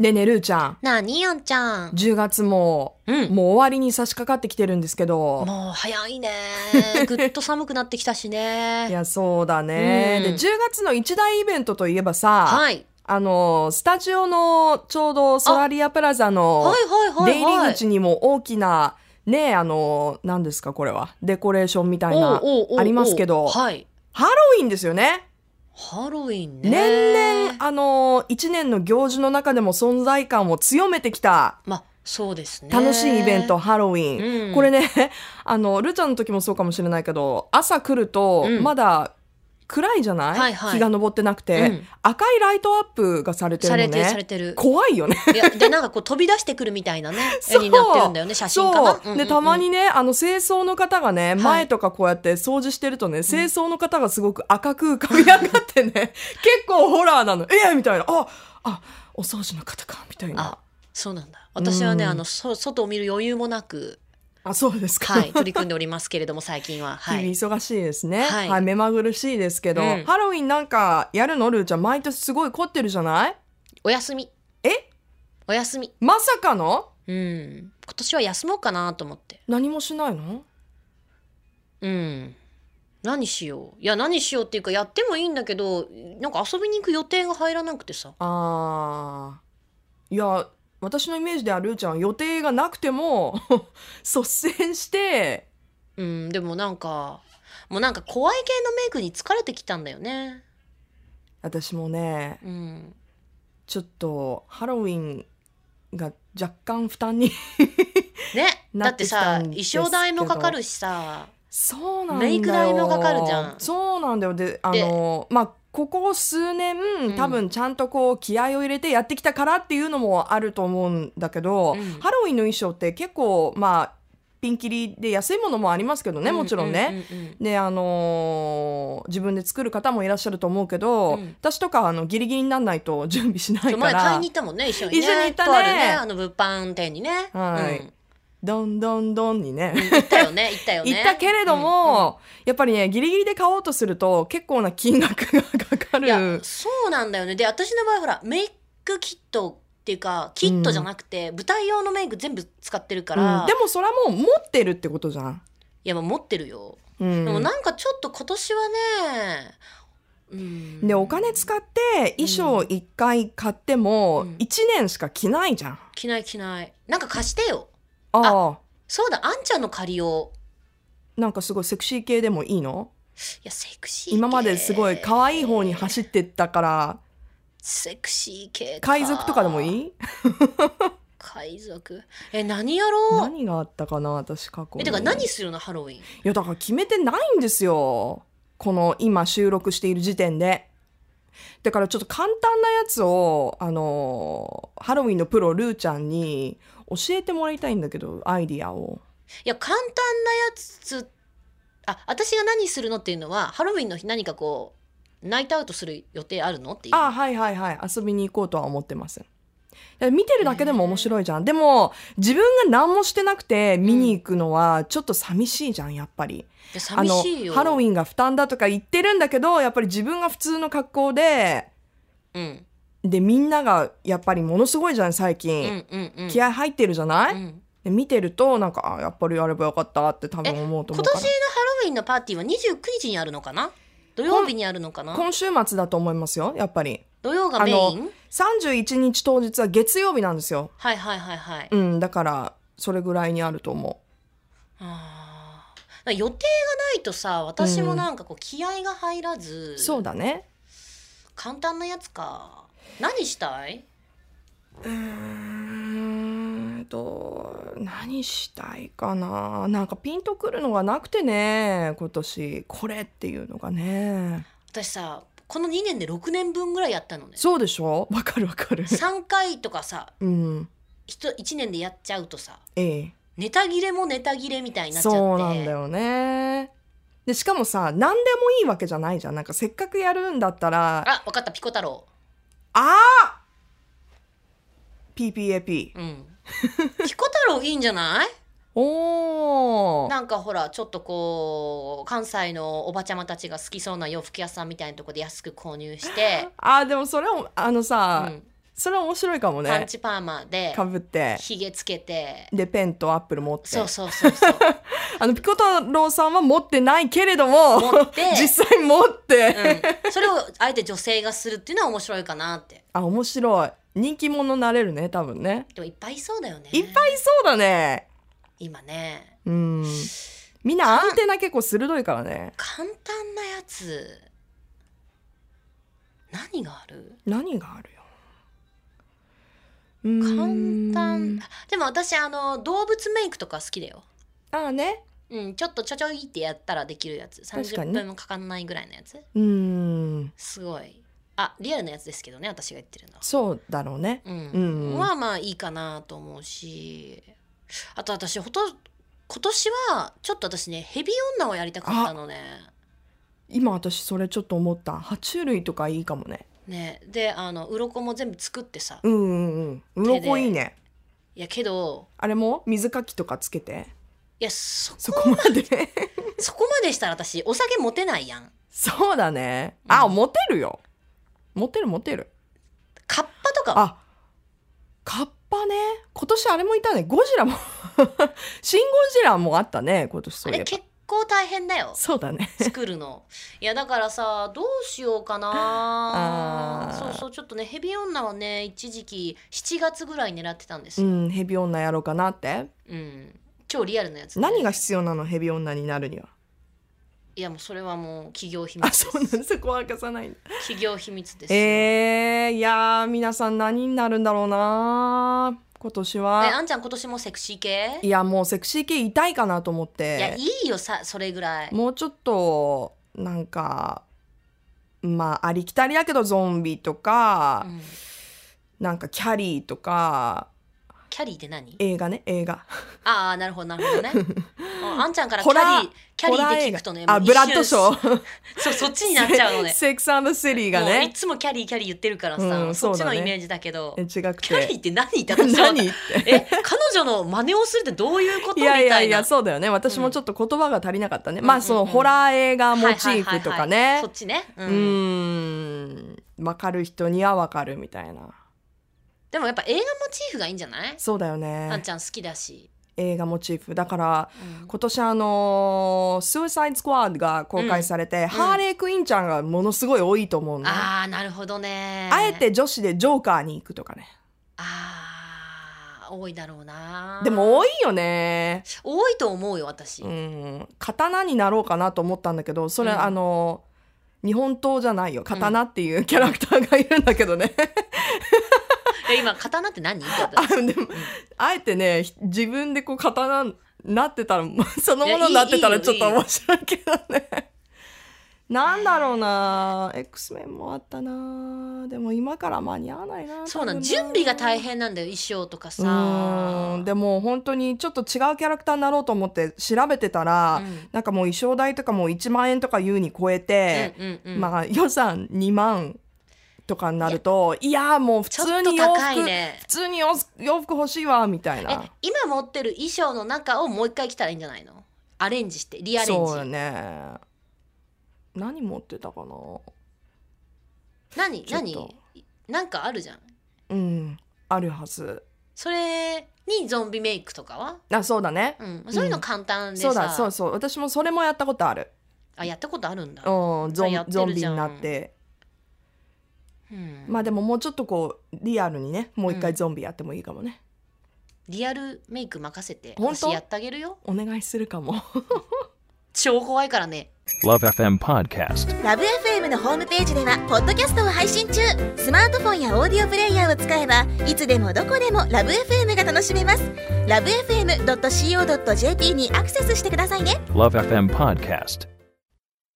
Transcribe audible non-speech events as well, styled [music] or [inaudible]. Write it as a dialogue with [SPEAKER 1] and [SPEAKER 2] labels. [SPEAKER 1] でね、ルーちゃん。
[SPEAKER 2] なあ、にやんちゃん。
[SPEAKER 1] 10月も、
[SPEAKER 2] うん
[SPEAKER 1] もう終わりに差し掛かってきてるんですけど。
[SPEAKER 2] もう早
[SPEAKER 1] [laughs]
[SPEAKER 2] いね。ぐっと寒くなってきたし
[SPEAKER 1] い
[SPEAKER 2] ね。
[SPEAKER 1] や、そうだね。
[SPEAKER 2] うん
[SPEAKER 1] で、10月の一大イベントといえばさ、
[SPEAKER 2] はい。
[SPEAKER 1] あの、スタジオのちょうどソラリアプラザの
[SPEAKER 2] はいは
[SPEAKER 1] 出
[SPEAKER 2] いはい
[SPEAKER 1] 入
[SPEAKER 2] は
[SPEAKER 1] り
[SPEAKER 2] い。
[SPEAKER 1] 口にも大きな、ね、あの、何ですかこれは。デコレーションみたいな。
[SPEAKER 2] おうおうおうおう
[SPEAKER 1] ありますけど
[SPEAKER 2] はい。
[SPEAKER 1] ハロウィンですよね。
[SPEAKER 2] ハロウィンね。
[SPEAKER 1] 年々、あの、一年の行事の中でも存在感を強めてきた
[SPEAKER 2] まあ、そうですね。
[SPEAKER 1] 楽しいイベント、。ハロウィン。
[SPEAKER 2] うん、
[SPEAKER 1] これね、 [laughs] あの、ルーちゃんの時もそうかもしれないけど、朝来ると
[SPEAKER 2] う、ん
[SPEAKER 1] まだ暗いじゃない、
[SPEAKER 2] はいはい
[SPEAKER 1] 日が昇ってなくて、
[SPEAKER 2] うん
[SPEAKER 1] 赤いライトアップがされて
[SPEAKER 2] さ
[SPEAKER 1] るの
[SPEAKER 2] れてるされ
[SPEAKER 1] ね。
[SPEAKER 2] てる。
[SPEAKER 1] 怖いよね。
[SPEAKER 2] いや、で、なんかこう飛び出してくるみたいなね、
[SPEAKER 1] [laughs] そ
[SPEAKER 2] 絵
[SPEAKER 1] う
[SPEAKER 2] になってるんだよね、写真かな。
[SPEAKER 1] そ
[SPEAKER 2] んん
[SPEAKER 1] う。
[SPEAKER 2] ん
[SPEAKER 1] で、たま。にね、あの、清掃の方がね、
[SPEAKER 2] い
[SPEAKER 1] 前とかこうやって掃除してるとね、清掃の方がすごく赤く浮かび上がってね、 [laughs] 結構ホラーなの。ええみたいな。あ、あ、お掃除の方か、みたいな
[SPEAKER 2] あ。、そうなんだ。私はね、
[SPEAKER 1] うん
[SPEAKER 2] あの、そ、外を見る余裕もなく、
[SPEAKER 1] あ、そうですか。 [laughs]
[SPEAKER 2] はい、取り組んでおりますけれども、最近は。は
[SPEAKER 1] 日々
[SPEAKER 2] い。
[SPEAKER 1] 忙しいですね、は
[SPEAKER 2] はいい
[SPEAKER 1] 目まぐるしいですけど、
[SPEAKER 2] うん
[SPEAKER 1] ハロウィンなんかやるのルーちゃん毎年すごい凝ってるじゃない
[SPEAKER 2] お休み。
[SPEAKER 1] え
[SPEAKER 2] お休み。
[SPEAKER 1] まさかの
[SPEAKER 2] うん。今年は休もうかなと思って。
[SPEAKER 1] 何もしないの
[SPEAKER 2] うん。何しよう。いや、何しようっていうか、やってもいいんだけど、なんか遊びに行く予定が入らなくてさ。
[SPEAKER 1] あーいや私のイメージではルーちゃんは予定がなくても [laughs] 率先して
[SPEAKER 2] うん、でもなんか、もうなんか怖い系のメイクに疲れてきたんだよね。
[SPEAKER 1] 私もね
[SPEAKER 2] うん。
[SPEAKER 1] ちょっとハロウィンが若干負担に
[SPEAKER 2] ね、
[SPEAKER 1] な
[SPEAKER 2] だ
[SPEAKER 1] っ
[SPEAKER 2] ってて
[SPEAKER 1] きた
[SPEAKER 2] さ、
[SPEAKER 1] んです
[SPEAKER 2] 衣
[SPEAKER 1] けど
[SPEAKER 2] 装代もかかるしさ。
[SPEAKER 1] そうなんだよ
[SPEAKER 2] メイク代もかかるじゃん
[SPEAKER 1] そうなんだよであのまあここ数年
[SPEAKER 2] ん
[SPEAKER 1] 多分ちゃんとこう気合を入れてやってきたからっていうのもあると思うんだけど、
[SPEAKER 2] うん
[SPEAKER 1] ハロウィンの衣装って結構まあピンキリで安いものもありますけどねもちろんね。
[SPEAKER 2] うううんうん。
[SPEAKER 1] であのー自分で作る方もいらっしゃると思うけど、
[SPEAKER 2] うん
[SPEAKER 1] 私とかあのギリギリにならないと準備しない
[SPEAKER 2] ちょ
[SPEAKER 1] か
[SPEAKER 2] 前買い
[SPEAKER 1] ら
[SPEAKER 2] に行ったもんね、一緒にね。
[SPEAKER 1] 一緒に行ったね
[SPEAKER 2] とあるね、あの物販店にね。
[SPEAKER 1] はい
[SPEAKER 2] うん
[SPEAKER 1] どんどんどんにね、
[SPEAKER 2] 行ったよね、行ったよね。
[SPEAKER 1] [laughs] 行ったけれども、やっぱりねギリギリで買おうとすると結構な金額がかか
[SPEAKER 2] うん、
[SPEAKER 1] る。
[SPEAKER 2] いや、そうなんだよね。で、私の場合、ほら、メイクキットっていうか、キットじゃなくて、舞台用のメイク全部使ってるから、
[SPEAKER 1] うん
[SPEAKER 2] い
[SPEAKER 1] でもそれはもう持ってるってことじゃん。
[SPEAKER 2] や、まあ持ってるよ。
[SPEAKER 1] うん
[SPEAKER 2] でもなんかちょっと今年はね、うん、
[SPEAKER 1] でお金使って衣装1回買っても
[SPEAKER 2] うん
[SPEAKER 1] 1年しか着ないじゃん。
[SPEAKER 2] 着ない着ない。なんか貸してよ。
[SPEAKER 1] ああ
[SPEAKER 2] そうだ、あんちゃんの借りよう。
[SPEAKER 1] なんかすごいセクシー系でもいいの
[SPEAKER 2] いや、セクシー系。
[SPEAKER 1] 今まですごい可愛い方に走ってったから
[SPEAKER 2] セクシー系
[SPEAKER 1] 海賊とかでも
[SPEAKER 2] い
[SPEAKER 1] いい
[SPEAKER 2] 海賊。え、何やろう
[SPEAKER 1] 何があったかな私過去に
[SPEAKER 2] え、てか何するのハロウィン。
[SPEAKER 1] いやだから決めてないんですよこの今収録している時点でだからちょっと簡単なやつをあのハロウィンのプロルーちゃんに教えてもらいたいんだけどアイディアを
[SPEAKER 2] いや簡単なやつあ私が何するのっていうのはハロウィンの日何かこうナイトアウトする予定あるのっていう
[SPEAKER 1] ああはいはいはい遊びに行こうとは思ってますで見てるだけでも面白いじゃん、でも自分が何もしてなくて見に行くのはちょっと寂しいじゃんやっぱり
[SPEAKER 2] いや寂しい
[SPEAKER 1] あの
[SPEAKER 2] よ
[SPEAKER 1] ハロウ
[SPEAKER 2] ン、
[SPEAKER 1] ィンが負担だとか言ってるんだけどやっぱり自分が普通の格好で
[SPEAKER 2] うん、
[SPEAKER 1] でみんながやっぱりものすごいじゃん最
[SPEAKER 2] うん
[SPEAKER 1] 近、
[SPEAKER 2] うんうん
[SPEAKER 1] 気合入ってるじゃない、
[SPEAKER 2] うん
[SPEAKER 1] で見てるとなんかあやっぱりやればよかったって多分思うと
[SPEAKER 2] 今
[SPEAKER 1] 思うか
[SPEAKER 2] 年のハ
[SPEAKER 1] ら
[SPEAKER 2] ロウィンのパーティーは29日にあるのかな土曜日にあるのかな
[SPEAKER 1] 今週末だと思いますよやっぱり
[SPEAKER 2] 土曜がメイ
[SPEAKER 1] あ
[SPEAKER 2] ン
[SPEAKER 1] 31日当日は月曜日なんですよ
[SPEAKER 2] はいはいはいはい、
[SPEAKER 1] うんだからそれぐらいにあると思
[SPEAKER 2] あー予定がないとさ私もなんかこう気合が入らず、
[SPEAKER 1] うそうだね
[SPEAKER 2] 簡単なやつか何したいう
[SPEAKER 1] ーんと何したいかななんかピンとくるのがなくてね今年これっていうのがね
[SPEAKER 2] 私さこの2年で6年分ぐらいやったのね
[SPEAKER 1] そうでしょわかるわかる
[SPEAKER 2] 3回とかさ
[SPEAKER 1] うん
[SPEAKER 2] 1年でやっちゃうとさ
[SPEAKER 1] ええ
[SPEAKER 2] ネタ切れもネタ切れみたいになっちゃって
[SPEAKER 1] そうなんだよねでしかもさ何でもいいわけじゃないじゃんなんかせっかくやるんだったらあ
[SPEAKER 2] あ分かったピコ太郎
[SPEAKER 1] あー PPAP
[SPEAKER 2] うん [laughs] ピコ太郎いいんじゃない
[SPEAKER 1] おお
[SPEAKER 2] なんかほらちょっとこう関西のおばちゃまたちが好きそうな洋服屋さんみたいなとこで安く購入して
[SPEAKER 1] [laughs] あーでもそれをあのさ、
[SPEAKER 2] うん
[SPEAKER 1] それは面白いかも
[SPEAKER 2] パン
[SPEAKER 1] ね
[SPEAKER 2] チパーマで
[SPEAKER 1] かぶって
[SPEAKER 2] ひげつけて
[SPEAKER 1] でペンとアップル持って
[SPEAKER 2] そうそうそうそう
[SPEAKER 1] あのピコ太郎さんは持ってないけれども
[SPEAKER 2] 持って
[SPEAKER 1] [laughs] 実際持って、
[SPEAKER 2] うん、それをあえて女性がするっていうのは面白いかなって
[SPEAKER 1] あ面白い人気者になれるね多分ね
[SPEAKER 2] でもいっぱいいそうだよね
[SPEAKER 1] いっぱいいそうだね
[SPEAKER 2] 今ね
[SPEAKER 1] うんみんなアンテナ結構鋭いからね
[SPEAKER 2] 簡単なやつ何がある
[SPEAKER 1] 何があるよう
[SPEAKER 2] 簡
[SPEAKER 1] ーん
[SPEAKER 2] 単でも私あの動物メイクとか好きだよ
[SPEAKER 1] ああね
[SPEAKER 2] うんちょっとちょちょいってやったらできるやつ
[SPEAKER 1] 確かに
[SPEAKER 2] 30
[SPEAKER 1] ね
[SPEAKER 2] 分もかかんないぐらいのやつ
[SPEAKER 1] うーん
[SPEAKER 2] すごいあリアルなやつですけどね私が言ってるのは
[SPEAKER 1] そうだろうね
[SPEAKER 2] うん、
[SPEAKER 1] うん
[SPEAKER 2] まあまあいいかなと思うしあと私ほと今年はちょっと私ねヘビ女をやりたかったのね
[SPEAKER 1] 今私それちょっと思った爬虫類とかいいかもね
[SPEAKER 2] ねであの鱗も全部作ってさ
[SPEAKER 1] うんうんうん鱗いいね
[SPEAKER 2] いやけど
[SPEAKER 1] あれも水かきとかつけて
[SPEAKER 2] いやそ
[SPEAKER 1] そこまで
[SPEAKER 2] そこまでしたら私お酒持てないやん
[SPEAKER 1] そうだねあ、
[SPEAKER 2] うん
[SPEAKER 1] モテるよモテるモテる
[SPEAKER 2] カッパとか
[SPEAKER 1] あカッパね今年あれもいたねゴジ
[SPEAKER 2] [laughs]
[SPEAKER 1] ラもシン・ゴジラもあったね今年
[SPEAKER 2] あ
[SPEAKER 1] そういえ
[SPEAKER 2] れ
[SPEAKER 1] ば
[SPEAKER 2] 結構大変
[SPEAKER 1] [laughs]
[SPEAKER 2] だよ
[SPEAKER 1] そうだね
[SPEAKER 2] 作るのいやだからさどうしようか
[SPEAKER 1] あ
[SPEAKER 2] な
[SPEAKER 1] ー
[SPEAKER 2] そうそうちょっとねヘビ女はね一時期7月ぐらい狙ってたんです
[SPEAKER 1] う
[SPEAKER 2] よ、
[SPEAKER 1] んヘビ女やろうかなって
[SPEAKER 2] うん超リアルなやつね、
[SPEAKER 1] 何が必要なのヘビ女になるには、
[SPEAKER 2] いやもうそれはもう企業秘密
[SPEAKER 1] [laughs] あ
[SPEAKER 2] で
[SPEAKER 1] そ
[SPEAKER 2] す
[SPEAKER 1] うなんですそこは明かさない
[SPEAKER 2] 企業秘密です、
[SPEAKER 1] えー、いやー皆さん何になるんだろうな今年は、
[SPEAKER 2] ねあんちゃん今年もセクシー系
[SPEAKER 1] いやもうセクシー系痛いかなと思っ
[SPEAKER 2] いや
[SPEAKER 1] て
[SPEAKER 2] いいよさそれぐらい
[SPEAKER 1] もうちょっとなんかまあありきたりだけどゾンビとか、
[SPEAKER 2] うん
[SPEAKER 1] なんかキャリーとか
[SPEAKER 2] キャリーって何
[SPEAKER 1] 映画ね映画
[SPEAKER 2] ああなるほどなる
[SPEAKER 1] [laughs]
[SPEAKER 2] ほどねうんあんちゃんからキ
[SPEAKER 1] ホ
[SPEAKER 2] ャリ
[SPEAKER 1] ラー
[SPEAKER 2] ーキャリーで聞くとね
[SPEAKER 1] ホラー映画あ
[SPEAKER 2] もう
[SPEAKER 1] ブ
[SPEAKER 2] 一
[SPEAKER 1] ラ
[SPEAKER 2] 瞬
[SPEAKER 1] ッドショ [laughs] ー
[SPEAKER 2] そうそっちになっちゃうのね
[SPEAKER 1] セックスアンドシティが
[SPEAKER 2] もうい
[SPEAKER 1] ね
[SPEAKER 2] つもキャリーキャリー言ってるからさ、
[SPEAKER 1] うん
[SPEAKER 2] そっち
[SPEAKER 1] そうだ
[SPEAKER 2] の
[SPEAKER 1] ね
[SPEAKER 2] イメージだけど
[SPEAKER 1] え違く
[SPEAKER 2] キャリ
[SPEAKER 1] て
[SPEAKER 2] ーって何って私
[SPEAKER 1] [laughs]
[SPEAKER 2] は
[SPEAKER 1] 何って
[SPEAKER 2] え彼女の真似をするってどういうこと
[SPEAKER 1] い
[SPEAKER 2] みた
[SPEAKER 1] や
[SPEAKER 2] いない
[SPEAKER 1] やいやそうだよね私もちょっと言葉が足りなかったね、
[SPEAKER 2] うん
[SPEAKER 1] まあその、
[SPEAKER 2] うんうん
[SPEAKER 1] ホラー映画
[SPEAKER 2] はい
[SPEAKER 1] モ
[SPEAKER 2] はい
[SPEAKER 1] チ
[SPEAKER 2] は
[SPEAKER 1] ー
[SPEAKER 2] いはい
[SPEAKER 1] フとかね、
[SPEAKER 2] そっちね、う
[SPEAKER 1] うんーん分かる人には分かるみたいな
[SPEAKER 2] でもやっぱ映画モチーフがいいんじゃない
[SPEAKER 1] そうだよ
[SPEAKER 2] あん
[SPEAKER 1] ね
[SPEAKER 2] ちゃん好きだし、
[SPEAKER 1] 映画モチーフだから
[SPEAKER 2] うん
[SPEAKER 1] 今年あのー「スーサイド・スクワード」が公開されて、ハーレー・クイーンちゃんがものすごい多いと思うのねあ
[SPEAKER 2] ああなるほどね
[SPEAKER 1] えて女子でジョーカーに行くとかね
[SPEAKER 2] ああ多いだろうな
[SPEAKER 1] でも多いよね
[SPEAKER 2] 多いと思うよ私、
[SPEAKER 1] うん刀になろうかなと思ったんだけどそれ、
[SPEAKER 2] うん
[SPEAKER 1] あのー日本刀じゃないよ刀っていうキャラクターがいるんだけどね、
[SPEAKER 2] え今刀って何って言った
[SPEAKER 1] あでもあえてねひ自分でこう刀になってたらもうそのものになってた
[SPEAKER 2] い
[SPEAKER 1] ら
[SPEAKER 2] やいい
[SPEAKER 1] ちょっと
[SPEAKER 2] いいよ
[SPEAKER 1] 面白いけどね。なんだろうな X メンもあったなでも今から間に合わないな
[SPEAKER 2] そうな
[SPEAKER 1] 多
[SPEAKER 2] の
[SPEAKER 1] 分
[SPEAKER 2] 準備が大変なんだよ衣装とか
[SPEAKER 1] う
[SPEAKER 2] さ
[SPEAKER 1] ーんでも本当にちょっと違うキャラクターになろうと思って調べてたら、
[SPEAKER 2] うん
[SPEAKER 1] なんかもう衣装代とかも1万円とか優に超えて、
[SPEAKER 2] うんうんうん
[SPEAKER 1] まあ予算2万とかになるといやーもう普
[SPEAKER 2] ちょ
[SPEAKER 1] 通
[SPEAKER 2] っと
[SPEAKER 1] に洋
[SPEAKER 2] 高
[SPEAKER 1] 服、
[SPEAKER 2] いね
[SPEAKER 1] 普通に洋服洋服欲しいわみたいな
[SPEAKER 2] え。今持ってる衣装の中をもう一回着たらいいんじゃないのアレンジしてリアレン
[SPEAKER 1] そう
[SPEAKER 2] ジ、
[SPEAKER 1] よね何持ってたかな
[SPEAKER 2] 何
[SPEAKER 1] ちょっと
[SPEAKER 2] 何なんかあるじゃん
[SPEAKER 1] うんあるはず
[SPEAKER 2] それにゾンビメイクとかは、
[SPEAKER 1] あそうだね、
[SPEAKER 2] うん、そういうの簡単でさ、
[SPEAKER 1] そうだそうそう私もそれもやったことある
[SPEAKER 2] あやったことあるんだ、
[SPEAKER 1] うんゾ
[SPEAKER 2] それや
[SPEAKER 1] ン
[SPEAKER 2] ってるじ
[SPEAKER 1] ゾン
[SPEAKER 2] ゃん
[SPEAKER 1] ビになって
[SPEAKER 2] うん
[SPEAKER 1] まあでももうちょっとこうリアルにねもう一
[SPEAKER 2] う
[SPEAKER 1] 回
[SPEAKER 2] ん
[SPEAKER 1] ゾンビやってもいいかもね、
[SPEAKER 2] リアルメイク任せて
[SPEAKER 1] 本当
[SPEAKER 2] 私やってあげるよ
[SPEAKER 1] お願いするかも
[SPEAKER 2] 超怖いからね
[SPEAKER 3] Love FM Podcast.
[SPEAKER 4] ラブ f m のホームページではポッドキャストを配信中スマートフォンやオーディオプレイヤーを使えばいつでもどこでもラブ f m が楽しめますラブ FM.co.jp にアクセスしてくださいね
[SPEAKER 3] Love FM Podcast.